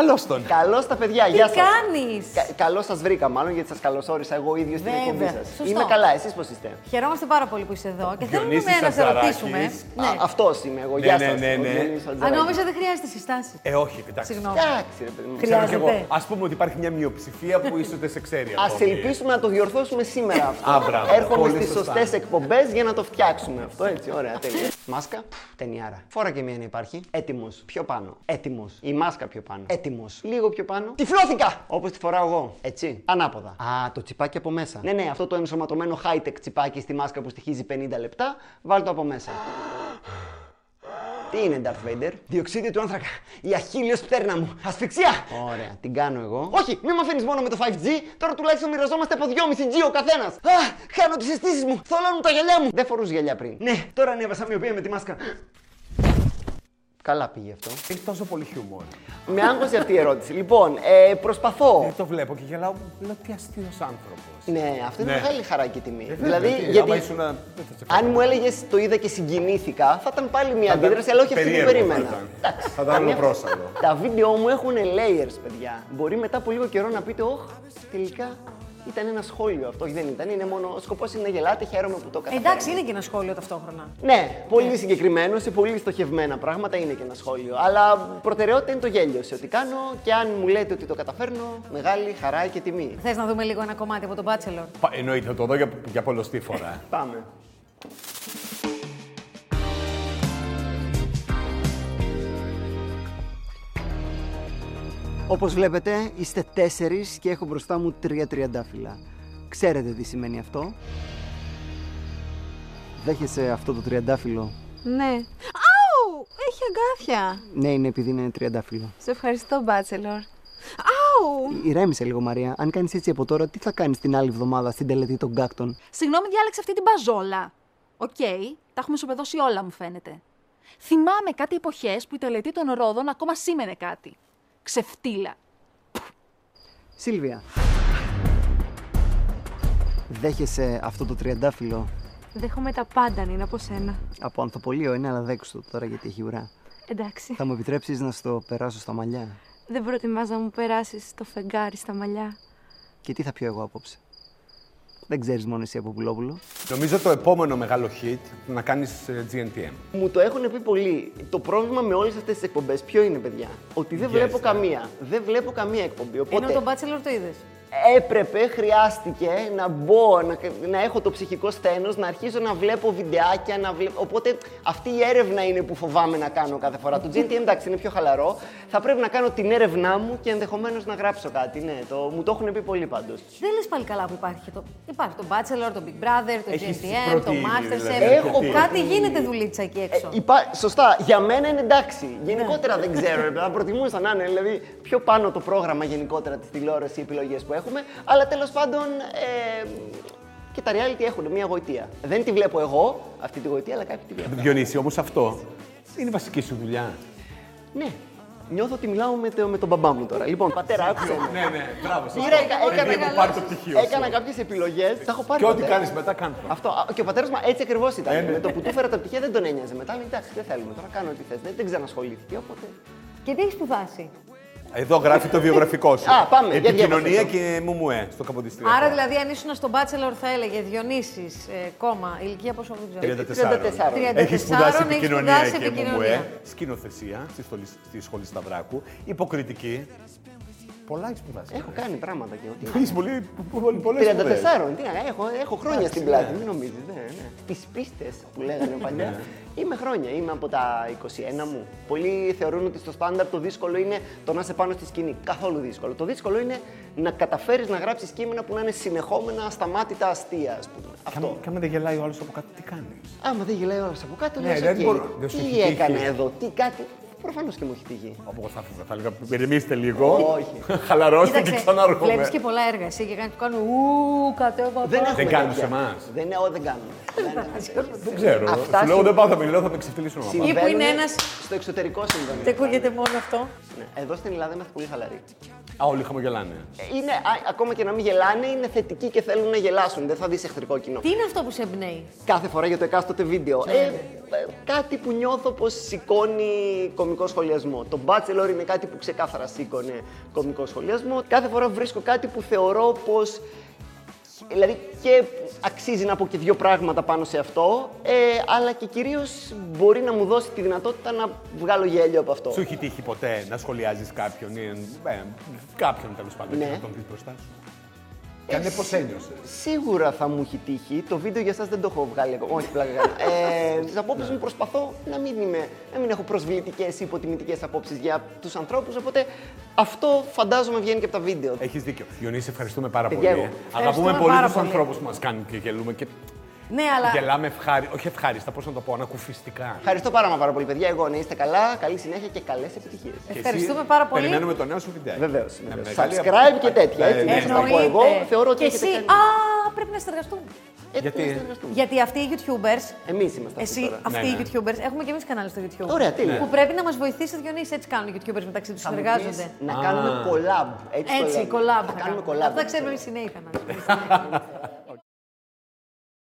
Καλώς τον. Καλώς τα παιδιά, Τι γεια σας. κάνεις? Καλώς σας βρήκα, μάλλον γιατί σας καλωσόρισα εγώ ίδιος στην Βέβαια, εκπομπή σας. σωστό. Είμαι καλά, εσείς πώς είστε. Χαιρόμαστε πάρα πολύ που είσαι εδώ και θέλουμε Διονύσης με να σε Αζαράκης. ρωτήσουμε. Ναι. Αυτός είμαι εγώ, Ναι, γεια ναι, σας. ναι, ναι. Α, νόμιζα δεν χρειάζεται συστάσεις. Ε, όχι, εντάξει. Συγγνώμη. Εντάξει, ρε παιδί μου. Χρειάζεται. Ας πούμε ότι υπάρχει μια μειοψηφία που ίσω δεν σε ξέρει Ας ελπίσουμε να το διορθώσουμε σήμερα αυτό. Α, μπράβο. Έρχομαι Πολύ στις σωστά. σωστές εκπομπές για να το φτιάξουμε αυτό. Έτσι, ωραία, τέλεια. μάσκα, ταινιάρα. Φόρα και μία να υπάρχει. Έτοιμος. Πιο πάνω. Έτοιμος. Η μάσκα πιο πάνω. Έτοιμος. Λίγο πιο πάνω. Τυφλώθηκα! Όπως τη φοράω εγώ. Έτσι. Ανάποδα. Α, το τσιπάκι από μέσα. Ναι, ναι, αυτό το ενσωματωμένο high-tech τσιπάκι στη μάσκα που στοιχίζει 50 λεπτά. Βάλ το από μέσα. Τι είναι Darth Vader? Διοξίδιο του άνθρακα. Η αχίλιος πτέρνα μου. Ασφυξία! Ωραία, την κάνω εγώ. Όχι, μην με αφήνεις μόνο με το 5G. Τώρα τουλάχιστον μοιραζόμαστε από 2,5G ο καθένας. Α, χάνω τις αισθήσει μου. Θολώνουν τα γυαλιά μου. Δεν φορούσες γυαλιά πριν. Ναι, τώρα ανέβασα μοιοπία με τη μάσκα. Καλά πήγε αυτό. Έχει τόσο πολύ χιούμορ. με άγχωσε αυτή η ερώτηση. Λοιπόν, ε, Ε, προσπαθώ. το βλέπω και γελάω. Λέω τι αστείος άνθρωπος. ναι, αυτό είναι Ναι. μεγάλη χαρά και τιμή. γιατί. δηλαδή, άμα γιατί ήσουν, δεν θα σε αν κάνω. μου έλεγες το είδα και συγκινήθηκα, θα ήταν πάλι μια Θα ήταν αντίδραση, αλλά όχι αυτή που περίεργο, περίμενα. θα ήταν. Εντάξει, Θα ήταν καμία- ολοπρόσαλο. Τα βίντεο μου έχουν layers, παιδιά. Μπορεί μετά από λίγο καιρό να πείτε, Ωχ, τελικά ήταν ένα σχόλιο αυτό. Όχι, δεν ήταν. Είναι μόνο. Ο σκοπός είναι να γελάτε, χαίρομαι που το έκανα. Εντάξει, είναι και ένα σχόλιο ταυτόχρονα. Ναι, πολύ συγκεκριμένος σε πολύ στοχευμένα πράγματα είναι και ένα σχόλιο. Αλλά προτεραιότητα είναι το γέλιο σε ό,τι κάνω και αν μου λέτε ότι το καταφέρνω, μεγάλη χαρά και τιμή. Θες να δούμε λίγο ένα κομμάτι από τον Bachelor. Πα- Εννοείται, θα το δω για, για πολλωστή φορά. Πάμε. Όπως βλέπετε, είστε τέσσερις και έχω μπροστά μου τρία τριαντάφυλλα. Ξέρετε τι σημαίνει αυτό. Δέχεσαι αυτό το τριαντάφυλλο. Ναι. Αου! Έχει αγκάθια. Ναι, είναι επειδή είναι τριαντάφυλλο. Σε ευχαριστώ, Μπάτσελορ. Αου! Ηρέμησε λίγο, Μαρία. Αν κάνεις έτσι από τώρα, τι θα κάνεις την άλλη εβδομάδα στην τελετή των κάκτων. Συγγνώμη, διάλεξα αυτή την μπαζόλα. Οκ, τα έχουμε σοπεδώσει όλα, μου φαίνεται. Θυμάμαι κάτι εποχές που η τελετή των Ρόδων ακόμα σήμαινε κάτι. Ξεφτύλα. Σίλβια. Δέχεσαι αυτό το τριαντάφυλλο. Δέχομαι τα πάντα, είναι από σένα. Από ανθοπολείο είναι, αλλά δέξου το τώρα γιατί έχει ουρά. Εντάξει. Θα μου επιτρέψεις να στο περάσω στα μαλλιά. Δεν προτιμάς να μου περάσεις το φεγγάρι στα μαλλιά. Και τι θα πιω εγώ απόψε. Δεν ξέρεις μόνο εσύ από πουλόπουλο. Νομίζω το επόμενο μεγάλο hit να ε, κάνει GNTM. Μου το έχουν πει πολλοί. Το πρόβλημα με όλες αυτές τις εκπομπές ποιο είναι, παιδιά. Ότι δεν Yes, βλέπω ναι. καμία. Δεν βλέπω καμία εκπομπή. Οπότε Ενώ τον Bachelor το είδες. έπρεπε, χρειάστηκε να μπω, να, να έχω το ψυχικό σθένος, να αρχίσω να βλέπω βιντεάκια, να βλέπω... Οπότε αυτή η έρευνα είναι που φοβάμαι να κάνω κάθε φορά. Το GNTM εντάξει είναι πιο χαλαρό. Θα πρέπει να κάνω την έρευνά μου και ενδεχομένως να γράψω κάτι. Ναι, το, μου το έχουν πει πολύ πάντως. Δεν λες πάλι καλά που υπάρχει και το. Υπάρχει το Bachelor, το Big Brother, το Έχεις GNTM, το προτείνει, Masterchef. δηλαδή, Έχω Κάτι προτείνει. γίνεται δουλίτσα εκεί έξω. Ε, υπά- Σωστά, για μένα είναι εντάξει. Ναι. Γενικότερα δεν ξέρω, ρε, θα προτιμούσα να είναι δηλαδή πιο πάνω το πρόγραμμα γενικότερα της τηλεόρασης, οι επιλογές που έχουμε. Αλλά τέλος πάντων. Ε, και τα reality έχουν μια γοητεία. Δεν τη βλέπω εγώ αυτή τη γοητεία, αλλά κάποιοι τη βλέπουν. Διονύση, όμως αυτό είναι η βασική σου δουλειά. Ναι, νιώθω ότι μιλάω με, το, με τον μπαμπά μου τώρα. Λοιπόν, πατέρα, άκουσε με. ναι, ναι, μπράβο. σωστό. Πήρα, έκα- Παιδί έκανα, μου, πάρε το πτυχίο σου. έκανα κάποιες επιλογές. Τα έχω πάρει. Και ό,τι πατέρα. κάνεις μετά, κάνε το. Αυτό. α, Και ο πατέρας μου έτσι ακριβώς ήταν. Ε, ναι. με το που του φέρα τα πτυχία δεν τον ένοιαζε μετά. Λέει, εντάξει, δεν θέλουμε τώρα, κάνω ό,τι θες. Δεν, δεν ξανασχολήθηκε οπότε. Και τι έχεις σπουδάσει. Εδώ γράφει το βιογραφικό σου. Α, πάμε, για Επικοινωνία διάβασε και μουμουέ στο καποντιστήριο. Άρα δηλαδή αν ήσουν στον Bachelor θα έλεγε Διονύσει, κόμμα, ηλικία πόσο δεν ξέρω. 34. 34. Έχεις σπουδάσει έχεις επικοινωνία σπουδάσει και επικοινωνία. μουμουέ, σκηνοθεσία στη σχολή, στη σχολή Σταυράκου, υποκριτική. Πολλά έχεις σπουδάσει. Έχω κάνει πράγματα και ό,τι. Έχεις πολύ, πολύ, πολλές 34, σπουδές. τι να έχω, έχω χρόνια στην πλάτη, μην νομίζεις. Ναι, ναι. Τις πίστες που λέγανε Ναι. παλιά. είμαι χρόνια, είμαι από τα 21 μου. Πολλοί θεωρούν ότι στο στάνταρ το δύσκολο είναι το να είσαι πάνω στη σκηνή. Καθόλου δύσκολο. Το δύσκολο είναι να καταφέρεις να γράψεις κείμενα που να είναι συνεχόμενα ασταμάτητα αστεία, ας πούμε. Αυτό. Κάμε- Κάμε δεν γελάει ο άλλος από κάτω, τι κάνεις. Άμα δεν γελάει ο άλλος από κάτω, Ναι, λες, δεν «Οκ, μπορώ, δεν σου έχει τι τύχει». έκανε εδώ, τι κάτι. Προφανώς και μου έχει τύχει. Από εγώ θα έφευγα, θα έλεγα «Ηρεμήστε λίγο. Όχι. Χαλαρώστε και βλέπει ξανάρχομαι. και πολλά έργα εσύ και κάνει που κάνουν ου, κατέβα. Δεν πάω». έχουμε κάνουν τέτοια. σε εμάς. Δεν, ό, δεν κάνουμε. Δεν- Δεν ξέρω. Αυτά Σου λέω συν- δεν πάω, θα μιλάω, θα με ξεφτυλίσουν όλα. Ή που είναι ένας- Στο εξωτερικό συμβαίνει. Δεν ακούγεται μόνο αυτό. Ναι. Εδώ στην Ελλάδα είμαστε πολύ χαλαροί. Α, όλοι χαμογελάνε. Ε, Είναι, α, ακόμα και να μην γελάνε, είναι θετικοί και θέλουν να γελάσουν. Δεν θα δεις εχθρικό κοινό. Τι είναι αυτό που σε εμπνέει. Ναι. Κάθε φορά για το εκάστοτε βίντεο. Ε, ε, κάτι που νιώθω πως σηκώνει κομικό σχολιασμό. Το Bachelor είναι κάτι που ξεκάθαρα σήκωνε κομικό σχολιασμό. Κάθε φορά βρίσκω κάτι που θεωρώ πως. Δηλαδή και αξίζει να πω και δύο πράγματα πάνω σε αυτό, ε, αλλά και κυρίως μπορεί να μου δώσει τη δυνατότητα να βγάλω γέλιο από αυτό. Σου έχει τύχει ποτέ να σχολιάζεις κάποιον ή ε, κάποιον τέλος πάντων Ναι. Ε, και να τον πει μπροστά σου. Κάνε πώ ένιωσες. Σίγουρα θα μου έχει τύχει. Το βίντεο για εσά δεν το έχω βγάλει ακόμα. Όχι, πλάκα. κάνω. ε, Τις απόψεις μου προσπαθώ να μην, είμαι, να μην έχω προσβλητικές ή υποτιμητικές απόψεις για τους ανθρώπους. Οπότε αυτό φαντάζομαι βγαίνει και από τα βίντεο. Έχεις δίκιο. Διονύση, ευχαριστούμε πάρα Παιδιά, πολύ. εγώ. ε. Ευχαριστούμε Αγαπούμε πολύ πάρα τους πολύ. ανθρώπους που μας κάνουν και γελούμε και Ναι, αλλά. γελάμε ευχάρι... όχι ευχάριστα, πώς να το πω, ανακουφιστικά. Ευχαριστώ πάρα, μα πάρα πολύ, παιδιά. Εγώ να είστε καλά. Καλή συνέχεια και Ε, καλές επιτυχίες. Και Ευχαριστούμε εσύ, πάρα πολύ. Περιμένουμε το νέο σου βιντεάκι. Βεβαίως. Ναι, μεγάλη Subscribe και απο- τέτοια. Έτσι, Ε, ναι. να σας τα πω εγώ. Θεωρώ ότι και εσύ. έχετε Α, πρέπει να συνεργαστούμε. Γιατί- Γιατί αυτοί οι YouTubers. Εμείς είμαστε αυτοί Εσύ, Ναι. τώρα. αυτοί Ναι, οι ναι. YouTubers. Έχουμε και εμείς κανάλι στο YouTube. Ωραία, τέλεια. Που πρέπει να μας βοηθήσει, Διονύση. Έτσι κάνουν οι YouTubers μεταξύ τους. Θα μου Συνεργάζονται. πεις Να κάνουμε collab. Έτσι, το Έτσι, λέμε. collab. Θα θα κάνουμε κάνουν. collab. Αυτά ξέρουμε εμείς οι νέοι θα κάνουμε.